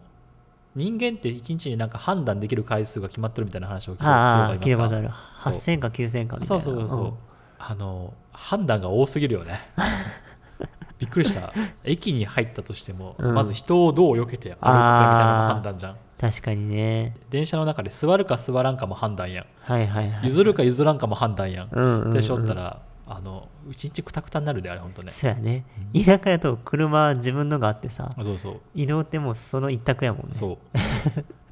[SPEAKER 2] 人間って一日になんか判断できる回数が決まってるみたいな話を聞いたことが
[SPEAKER 3] あ
[SPEAKER 2] あ
[SPEAKER 3] あ
[SPEAKER 2] り
[SPEAKER 3] 聞いたこ
[SPEAKER 2] ま
[SPEAKER 3] とあ
[SPEAKER 2] す
[SPEAKER 3] る
[SPEAKER 2] か
[SPEAKER 3] 8000か9000かみたいな
[SPEAKER 2] そうそうそうそう、あの判断が多すぎるよ ねびっくりした駅に入ったとしても、
[SPEAKER 3] うん
[SPEAKER 2] まず人をどう避けて歩くかみたいなのも判断じゃん
[SPEAKER 3] ん確かにね
[SPEAKER 2] 電車の中で座るか座らんかも判断やん
[SPEAKER 3] はいはいはい
[SPEAKER 2] 譲るか譲らんかも判断やん、
[SPEAKER 3] うんうんうん
[SPEAKER 2] でしょったらあの一日くたくたになるであれ本当ね
[SPEAKER 3] そうやね田舎やと車自分のがあってさ
[SPEAKER 2] あそうそう
[SPEAKER 3] 移動ってもうその一択やもんね
[SPEAKER 2] そう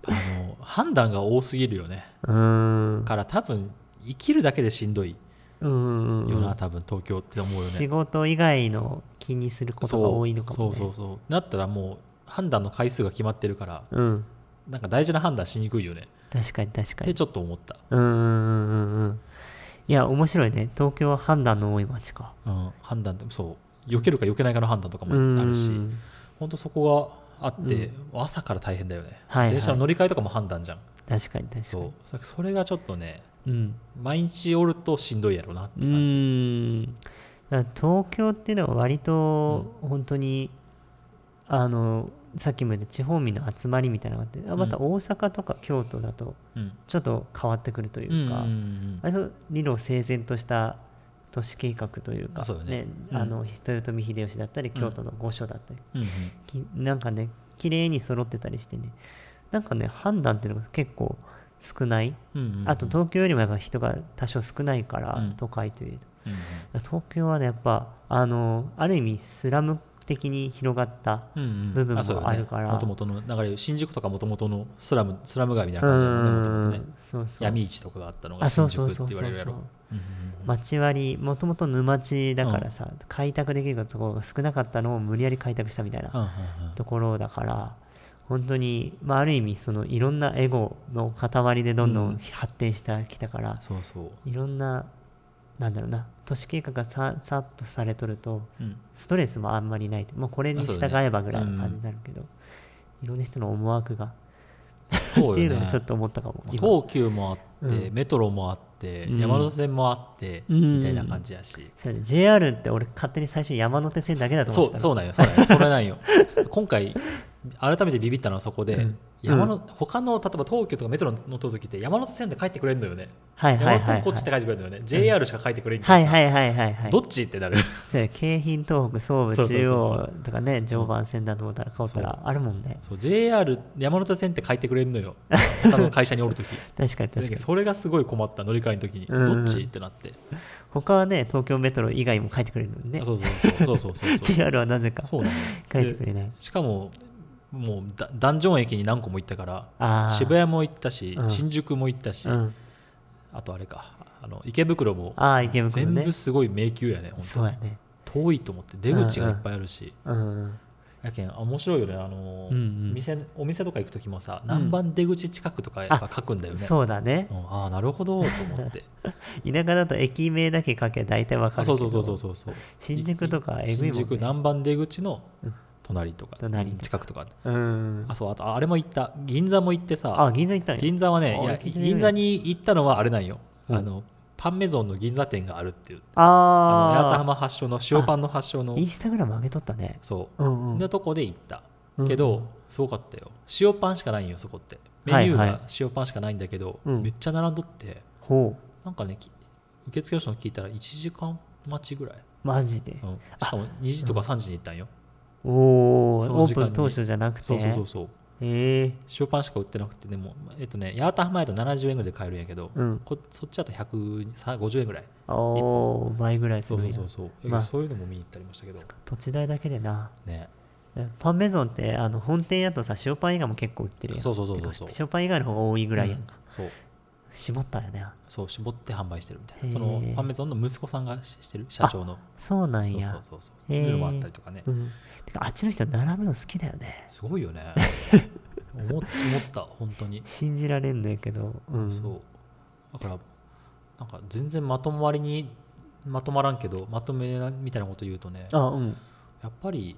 [SPEAKER 2] あの判断が多すぎるよね
[SPEAKER 3] うーんうん
[SPEAKER 2] から多分生きるだけでしんどい
[SPEAKER 3] うんう
[SPEAKER 2] よ
[SPEAKER 3] ん
[SPEAKER 2] な、多分東京って思うよね
[SPEAKER 3] 仕事以外の気にすることが多いのかもね
[SPEAKER 2] そうそうそうそうなったらもう判断の回数が決まってるから
[SPEAKER 3] うん
[SPEAKER 2] なんか大事な判断しにくいよね
[SPEAKER 3] 確かに確か
[SPEAKER 2] って
[SPEAKER 3] に
[SPEAKER 2] ちょっと思った、
[SPEAKER 3] うんうんうんうんうんいや面白いね東京は判断の多い街か
[SPEAKER 2] うん、判断ってそう避けるか避けないかの判断とか
[SPEAKER 3] うん
[SPEAKER 2] もあるし本当そこがあって、朝から大変だよね、
[SPEAKER 3] はいはい
[SPEAKER 2] 電車の乗り換えとかも判断じゃん
[SPEAKER 3] 確かに確か
[SPEAKER 2] そ
[SPEAKER 3] に
[SPEAKER 2] うそそれがちょっとね
[SPEAKER 3] うん
[SPEAKER 2] 毎日おるとしんどいやろなっ
[SPEAKER 3] う
[SPEAKER 2] て感じ
[SPEAKER 3] ーんだから東京っていうのは割と本当に、あのさっきも言った地方民の集まりみたいなのがあってあまた大阪とか京都だと
[SPEAKER 2] うん
[SPEAKER 3] ちょっと変わってくるというか、
[SPEAKER 2] うんうんうん
[SPEAKER 3] 割と理路整然とした都市計画というか
[SPEAKER 2] そうよねうん
[SPEAKER 3] あの豊臣秀吉だったり京都の御所だったり、
[SPEAKER 2] うんうん
[SPEAKER 3] きなんかね綺麗に揃ってたりしてねなんかね判断っていうのが結構少ない、
[SPEAKER 2] うんうんうん
[SPEAKER 3] あと東京よりもやっぱ人が多少少ないから、
[SPEAKER 2] うん
[SPEAKER 3] 都会というと。
[SPEAKER 2] うんうん
[SPEAKER 3] 東京はねやっぱあのある意味スラム的に広がった
[SPEAKER 2] うんうん
[SPEAKER 3] 部分
[SPEAKER 2] そうよ
[SPEAKER 3] も
[SPEAKER 2] ね
[SPEAKER 3] あるから、
[SPEAKER 2] もともとの流れ新宿とかもともとのスラムスラム街みたいな感じだもんねもともとね
[SPEAKER 3] うんそうそう
[SPEAKER 2] 闇市とかがあったの
[SPEAKER 3] あ
[SPEAKER 2] が
[SPEAKER 3] そう
[SPEAKER 2] 新
[SPEAKER 3] そう
[SPEAKER 2] 宿っ
[SPEAKER 3] そ
[SPEAKER 2] て
[SPEAKER 3] う
[SPEAKER 2] 言わ
[SPEAKER 3] そ
[SPEAKER 2] れ
[SPEAKER 3] う
[SPEAKER 2] る
[SPEAKER 3] そ
[SPEAKER 2] やろ
[SPEAKER 3] う
[SPEAKER 2] うんうんうん
[SPEAKER 3] 町割りもともと沼地だからさ、開拓できるところが少なかったのを無理やり開拓したみたいな
[SPEAKER 2] うんうんうん
[SPEAKER 3] ところだから本当に、まあ、ある意味そのいろんなエゴの塊でどんど
[SPEAKER 2] うん
[SPEAKER 3] ん発展してきたから、
[SPEAKER 2] そうそう
[SPEAKER 3] いろんななんだろうな都市計画がささっとされとると
[SPEAKER 2] うん
[SPEAKER 3] ストレスもあんまりないともうこれに
[SPEAKER 2] あそうだ
[SPEAKER 3] 従
[SPEAKER 2] ね
[SPEAKER 3] えばぐらいの感じになるけど、いろんな人の思惑が
[SPEAKER 2] そ
[SPEAKER 3] っ
[SPEAKER 2] う
[SPEAKER 3] てい
[SPEAKER 2] よ
[SPEAKER 3] うの
[SPEAKER 2] ね
[SPEAKER 3] もちょっと思ったかも今
[SPEAKER 2] 東急もあって、
[SPEAKER 3] うん
[SPEAKER 2] メトロもあって、
[SPEAKER 3] うん
[SPEAKER 2] 山手線もあって、
[SPEAKER 3] うん
[SPEAKER 2] みたいな感じやし、
[SPEAKER 3] そうだね JR って俺勝手に最初山手線だけだと思
[SPEAKER 2] そ
[SPEAKER 3] ってたの
[SPEAKER 2] うそうなんよそうなんよそれなんよ 今回改めてビビったのはそこで、山の他の例えば東急とかメトロ乗った時って山手線で帰ってくれるのよね、
[SPEAKER 3] はいはいはい、はい、
[SPEAKER 2] 山手線こっちって帰ってくれるのよね、JR しか帰ってくれんけどさ
[SPEAKER 3] はいはいはいはいはい
[SPEAKER 2] どっちってなる
[SPEAKER 3] そうや京浜東北総武
[SPEAKER 2] そう
[SPEAKER 3] 中
[SPEAKER 2] そうそうそ
[SPEAKER 3] 央とかね常磐線だと思ったら買おったらあるもんね
[SPEAKER 2] そう JR 山手線って帰ってくれる のよ他の会社におる時
[SPEAKER 3] 確かに確
[SPEAKER 2] だ
[SPEAKER 3] か
[SPEAKER 2] け
[SPEAKER 3] に
[SPEAKER 2] どそれがすごい困った乗り換えの時に、
[SPEAKER 3] うん
[SPEAKER 2] どっちってなって、
[SPEAKER 3] 他はね東京メトロ以外も書いてくれるのにね
[SPEAKER 2] あそうそうそうそうそうそう そう
[SPEAKER 3] JR はなぜか
[SPEAKER 2] そうなのよ
[SPEAKER 3] 書いてくれない
[SPEAKER 2] しかももうだダンジョン駅に何個も行ったから
[SPEAKER 3] ああ
[SPEAKER 2] 渋谷も行ったし、
[SPEAKER 3] うん
[SPEAKER 2] 新宿も行ったし、
[SPEAKER 3] うん
[SPEAKER 2] あとあれかあの池袋も
[SPEAKER 3] ああ池袋
[SPEAKER 2] 全
[SPEAKER 3] ね
[SPEAKER 2] 部すごい迷宮やね本
[SPEAKER 3] そうやね
[SPEAKER 2] 当遠いと思って出口がいっぱいあるし、
[SPEAKER 3] うん
[SPEAKER 2] やけんあ面白いよねあの、
[SPEAKER 3] うんうん
[SPEAKER 2] 店お店とか行く時もさ何番出口近くとかやっぱ書くんだよね、うん
[SPEAKER 3] そうだね
[SPEAKER 2] ああなるほどと 思って
[SPEAKER 3] 田舎だと駅名だけ書けば大体わかる
[SPEAKER 2] あそ
[SPEAKER 3] け
[SPEAKER 2] う
[SPEAKER 3] ど
[SPEAKER 2] そうそうそうそうそう
[SPEAKER 3] 新宿とかえぐいもんね
[SPEAKER 2] 新宿何番出口の隣とか、
[SPEAKER 3] 隣とか
[SPEAKER 2] 近くとか
[SPEAKER 3] うん
[SPEAKER 2] あそうあとあれも行った銀座も行ってさ
[SPEAKER 3] あ銀座行ったんや
[SPEAKER 2] 銀座はね
[SPEAKER 3] あ
[SPEAKER 2] いや
[SPEAKER 3] 行けてない
[SPEAKER 2] 銀座に行ったのはあれなんよ、
[SPEAKER 3] うん
[SPEAKER 2] あのパンメゾンの銀座店があるっていうあの八幡
[SPEAKER 3] あ
[SPEAKER 2] 浜発祥の塩パンの発祥
[SPEAKER 3] あ
[SPEAKER 2] の
[SPEAKER 3] インスタグラム上げとったね
[SPEAKER 2] そ
[SPEAKER 3] うん
[SPEAKER 2] う
[SPEAKER 3] うん
[SPEAKER 2] なとこで行った
[SPEAKER 3] うん
[SPEAKER 2] けどすごかったよ塩パンしかないんよそこってメニュー
[SPEAKER 3] はいはい
[SPEAKER 2] が塩パンしかないんだけど
[SPEAKER 3] うん
[SPEAKER 2] めっちゃ並んどって
[SPEAKER 3] ほう
[SPEAKER 2] なんかねき受付の人に聞いたら1時間待ちぐらい、
[SPEAKER 3] マジで
[SPEAKER 2] うんしかも2時とか3時に行ったんよ
[SPEAKER 3] おお
[SPEAKER 2] その
[SPEAKER 3] オ
[SPEAKER 2] 時
[SPEAKER 3] ー
[SPEAKER 2] 間
[SPEAKER 3] プ
[SPEAKER 2] に
[SPEAKER 3] ン当初じゃなくて
[SPEAKER 2] そうそうそうそう
[SPEAKER 3] ええ
[SPEAKER 2] 塩パンしか売ってなくてでもえっとね八幡浜やと70円ぐらいで買えるんやけど
[SPEAKER 3] うん
[SPEAKER 2] こそっちだと150円ぐらい
[SPEAKER 3] おー倍ぐらいす
[SPEAKER 2] そう
[SPEAKER 3] るん
[SPEAKER 2] そう
[SPEAKER 3] や
[SPEAKER 2] そうそう、
[SPEAKER 3] まあ
[SPEAKER 2] そういうのも見に行ったりもしたけど
[SPEAKER 3] 土地代だけでな
[SPEAKER 2] ね
[SPEAKER 3] パンメゾンってあの本店やとさ塩パン以外も結構売ってるやん
[SPEAKER 2] そうそうそうそうそう
[SPEAKER 3] てか塩パン以外の方が多いぐらいやんか、
[SPEAKER 2] そう
[SPEAKER 3] 絞ったよね
[SPEAKER 2] そう絞って販売してるみたい
[SPEAKER 3] へー
[SPEAKER 2] なそのファンメゾンの息子さんがししてる社長の
[SPEAKER 3] そうな
[SPEAKER 2] そ
[SPEAKER 3] ん
[SPEAKER 2] う
[SPEAKER 3] や
[SPEAKER 2] そうそうそうそう
[SPEAKER 3] へー
[SPEAKER 2] いうのもあったりとかね
[SPEAKER 3] うん、てかあっちの人並ぶの好きだよね
[SPEAKER 2] すごいよ ね思っ思った本当に
[SPEAKER 3] 信じられんねんけど、うん、
[SPEAKER 2] そうだからなんか全然まとまりにまとまらんけどまとめなみたいなこと言うとね
[SPEAKER 3] あうん
[SPEAKER 2] やっぱり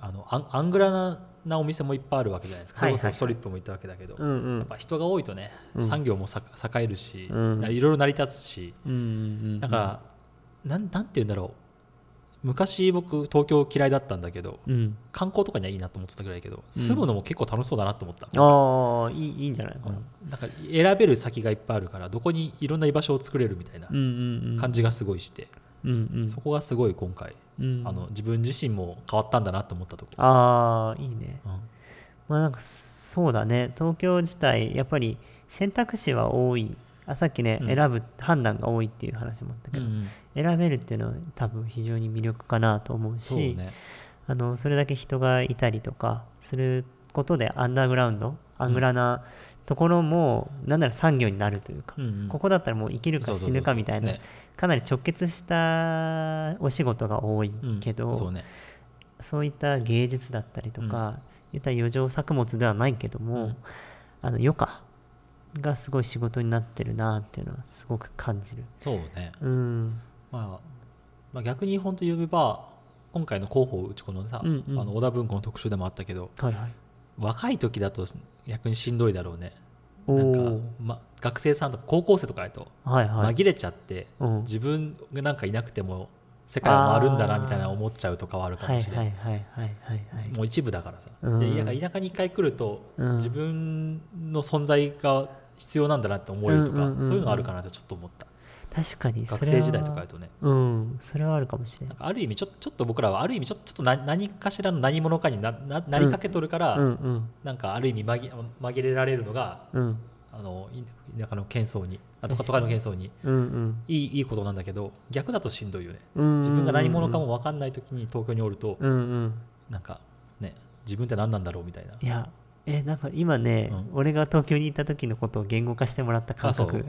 [SPEAKER 2] あのアンアングラななお店もいっぱいあるわけじゃないですか、
[SPEAKER 3] はいはいはい
[SPEAKER 2] それこそストリップも行ったわけだけど、
[SPEAKER 3] うんうん
[SPEAKER 2] やっぱ人が多いとね、
[SPEAKER 3] うん
[SPEAKER 2] 産業もさ栄えるし、
[SPEAKER 3] うん
[SPEAKER 2] ないろいろ成り立つし、
[SPEAKER 3] うんうん
[SPEAKER 2] だからなんなんて言うんだろう昔僕東京嫌いだったんだけど
[SPEAKER 3] うん
[SPEAKER 2] 観光とかにはいいなと思ってたぐらいだけど、
[SPEAKER 3] うん
[SPEAKER 2] 住むのも結構楽しそうだなと思った、
[SPEAKER 3] ああいいいいんじゃないかな
[SPEAKER 2] うんなんか選べる先がいっぱいあるからどこにいろんな居場所を作れるみたいな
[SPEAKER 3] うんうんうん
[SPEAKER 2] 感じがすごいして、
[SPEAKER 3] うんうん
[SPEAKER 2] そこがすごい今回、
[SPEAKER 3] うん
[SPEAKER 2] あの自分自身も変わったんだなと思ったとこ
[SPEAKER 3] あーいいね
[SPEAKER 2] うん
[SPEAKER 3] まあなんかそうだね東京自体やっぱり選択肢は多いあさっきね、
[SPEAKER 2] うん
[SPEAKER 3] 選ぶ判断が多いっていう話もあったけ
[SPEAKER 2] う
[SPEAKER 3] ど、
[SPEAKER 2] んうん
[SPEAKER 3] 選べるっていうのは多分非常に魅力かなと思う
[SPEAKER 2] そう
[SPEAKER 3] し
[SPEAKER 2] ね
[SPEAKER 3] あのそれだけ人がいたりとかすることでアンダーグラウンドアングラなところも、なんなら産業になるというか、
[SPEAKER 2] うんうん
[SPEAKER 3] ここだったらもう生きるか
[SPEAKER 2] そうそうそう
[SPEAKER 3] 死ぬかみたいな
[SPEAKER 2] ね
[SPEAKER 3] かなり直結したお仕事が多い
[SPEAKER 2] うん
[SPEAKER 3] けど、
[SPEAKER 2] そうね
[SPEAKER 3] そういった芸術だったりとか、言ったら余剰作物ではないけども、
[SPEAKER 2] うん
[SPEAKER 3] あの余暇がすごい仕事になってるなっていうのはすごく感じる
[SPEAKER 2] そうね、
[SPEAKER 3] うん
[SPEAKER 2] まあ、まあ逆に本当に言えば今回の広報うちこのさ、
[SPEAKER 3] うんうん
[SPEAKER 2] あの小田文庫の特集でもあったけど
[SPEAKER 3] はいはい
[SPEAKER 2] 若い時だと逆にしんどいだろうね
[SPEAKER 3] お
[SPEAKER 2] なん
[SPEAKER 3] お
[SPEAKER 2] か、ま、学生さんとか高校生とかやと
[SPEAKER 3] はいはい、
[SPEAKER 2] 紛れちゃって、
[SPEAKER 3] うん、
[SPEAKER 2] 自分がなんかいなくても世界は回るんだなみたいな思っちゃうとかはあるか
[SPEAKER 3] は
[SPEAKER 2] も
[SPEAKER 3] い
[SPEAKER 2] しれ
[SPEAKER 3] は
[SPEAKER 2] ない、
[SPEAKER 3] いはいはいはいはい
[SPEAKER 2] もう一部だからさ、
[SPEAKER 3] うん
[SPEAKER 2] でいや田舎に一回来ると、
[SPEAKER 3] うん
[SPEAKER 2] 自分の存在が必要なんだなって思えるとか、
[SPEAKER 3] うんうんうんうん
[SPEAKER 2] そういうのあるかなってちょっと思った
[SPEAKER 3] 確かに
[SPEAKER 2] 学
[SPEAKER 3] それは
[SPEAKER 2] 生時代とかやとね
[SPEAKER 3] うんそれはあるかもしれ
[SPEAKER 2] な
[SPEAKER 3] なんい
[SPEAKER 2] かある意味ちょちょっと僕らはある意味ちょちょっと何何かしらの何者かになななりかけとるから、
[SPEAKER 3] うんうん
[SPEAKER 2] なんかある意味紛紛れられるのが
[SPEAKER 3] うん
[SPEAKER 2] あのい田舎の喧騒にあとか都会の喧騒に
[SPEAKER 3] うん
[SPEAKER 2] いいいいことなんだけど逆だとしんどいよね
[SPEAKER 3] うん
[SPEAKER 2] 自分が何者かも分かんない時に東京におると、
[SPEAKER 3] うんうん
[SPEAKER 2] なんかね自分って何なんだろうみたいない
[SPEAKER 3] やえなんか今ね、
[SPEAKER 2] う
[SPEAKER 3] 俺が東京にいた時のことを言語化してもらった感覚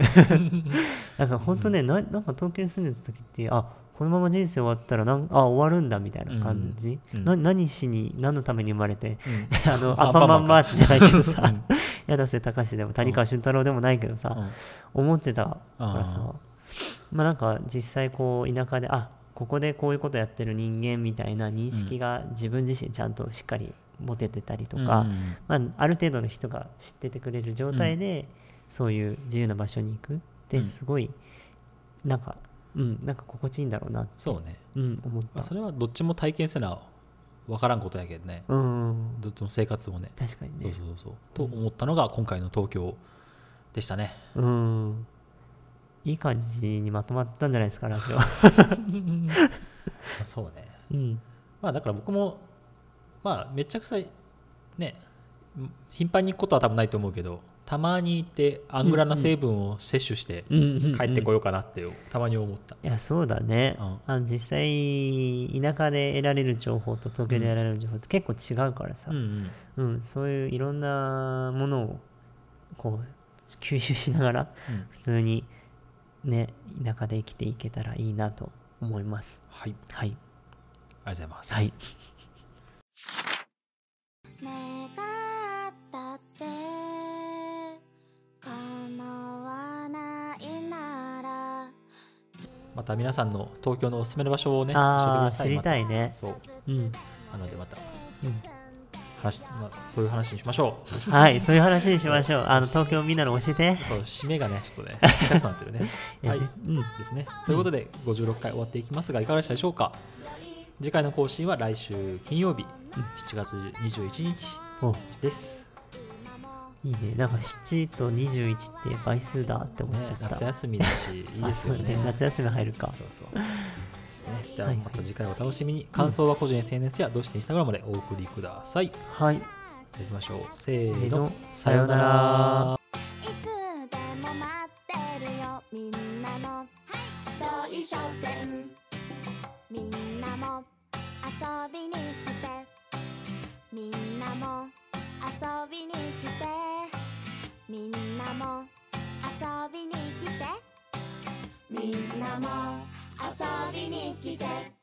[SPEAKER 3] なんか本当ね、ななんか東京に住んでた時ってあこのまま人生終わったらなんあ終わるんだみたいな感じ、
[SPEAKER 2] うんうん
[SPEAKER 3] な何しに何のために生まれて、
[SPEAKER 2] う
[SPEAKER 3] あの
[SPEAKER 2] ア
[SPEAKER 3] ア
[SPEAKER 2] ン
[SPEAKER 3] ン
[SPEAKER 2] パ
[SPEAKER 3] パ
[SPEAKER 2] ン
[SPEAKER 3] ン
[SPEAKER 2] マ
[SPEAKER 3] マン
[SPEAKER 2] ンか
[SPEAKER 3] マーチじゃないけどさ、
[SPEAKER 2] うん
[SPEAKER 3] 柳瀬隆でも谷川俊太郎でもないけどさ、
[SPEAKER 2] うん
[SPEAKER 3] 思ってたからさ、
[SPEAKER 2] うん
[SPEAKER 3] まあなんか実際こう田舎であここでこういうことやってる人間みたいな認識が自分自身ちゃんとしっかり持ててたりとか、
[SPEAKER 2] うんうん
[SPEAKER 3] まあ、ある程度の人が知っててくれる状態で、そういう自由な場所に行くっ
[SPEAKER 2] うん
[SPEAKER 3] てすごい、なんかうんなんか心地いいんだろうな、
[SPEAKER 2] そうね、
[SPEAKER 3] うん、思っ
[SPEAKER 2] まあ
[SPEAKER 3] た
[SPEAKER 2] それはどっちも体験せな分からんことやけどね
[SPEAKER 3] うん
[SPEAKER 2] どっちも生活をね
[SPEAKER 3] 確かに
[SPEAKER 2] そう
[SPEAKER 3] ね
[SPEAKER 2] そうそうそうと思ったのが今回の東京でしたね
[SPEAKER 3] うんいい感じにまとまったんじゃないですかラジオ
[SPEAKER 2] まあそうね
[SPEAKER 3] うん
[SPEAKER 2] まあだから僕もまあめちゃくちゃね頻繁に行くことは多分ないと思うけどたまに行ってアングラな成分を摂取して
[SPEAKER 3] うんうんうん
[SPEAKER 2] 帰ってこようかなってたまに思った
[SPEAKER 3] いやそうだね、
[SPEAKER 2] うん
[SPEAKER 3] あの実際田舎で得られる情報と東京で得られる情報って結構違うからさ、
[SPEAKER 2] うんうん
[SPEAKER 3] うん、そういういろんなものをこう吸収しながら
[SPEAKER 2] うん
[SPEAKER 3] 普通にね田舎で生きていけたらいいなと思います
[SPEAKER 2] はい
[SPEAKER 3] はい
[SPEAKER 2] ありがとうございます
[SPEAKER 3] はい
[SPEAKER 1] 願ったって叶わないなら
[SPEAKER 2] また皆さんの東京のおすすめの場所をね教えてく
[SPEAKER 3] あ
[SPEAKER 2] だ
[SPEAKER 3] あ
[SPEAKER 2] さ
[SPEAKER 3] 知
[SPEAKER 2] い
[SPEAKER 3] りたい
[SPEAKER 2] ま
[SPEAKER 3] ね
[SPEAKER 2] たそう
[SPEAKER 3] うん
[SPEAKER 2] なのでまた
[SPEAKER 3] うん
[SPEAKER 2] 話、まあ、そういう話にしましょ う
[SPEAKER 3] はいそういう話にしまし ょうあの東京みんなの教えて
[SPEAKER 2] そう締めがねち ょっとね痛くなってるね
[SPEAKER 3] いや
[SPEAKER 2] はい、
[SPEAKER 3] ぜうん
[SPEAKER 2] ですねということで56回終わっていきますがいかがでしたでしょうか次回の更新は来週金曜日7月21日
[SPEAKER 3] お
[SPEAKER 2] です、
[SPEAKER 3] いいねなんか7と21って倍数だって思
[SPEAKER 2] ね
[SPEAKER 3] っちゃっ、た、
[SPEAKER 2] 夏休みだ しいいですよ
[SPEAKER 3] あそう
[SPEAKER 2] ね
[SPEAKER 3] だ夏休み入るか
[SPEAKER 2] そうそうですねでは
[SPEAKER 3] はい
[SPEAKER 2] また次回お楽しみに感想は個人 SNS やどうして Instagram までお送りください
[SPEAKER 3] はい
[SPEAKER 2] それでは行きましょうせーの
[SPEAKER 3] さようなら
[SPEAKER 1] いつでも待ってるよみんなの同意商店みんなも遊びに来てみんなも遊びに来てみんなも遊びに来てみんなも遊びに来て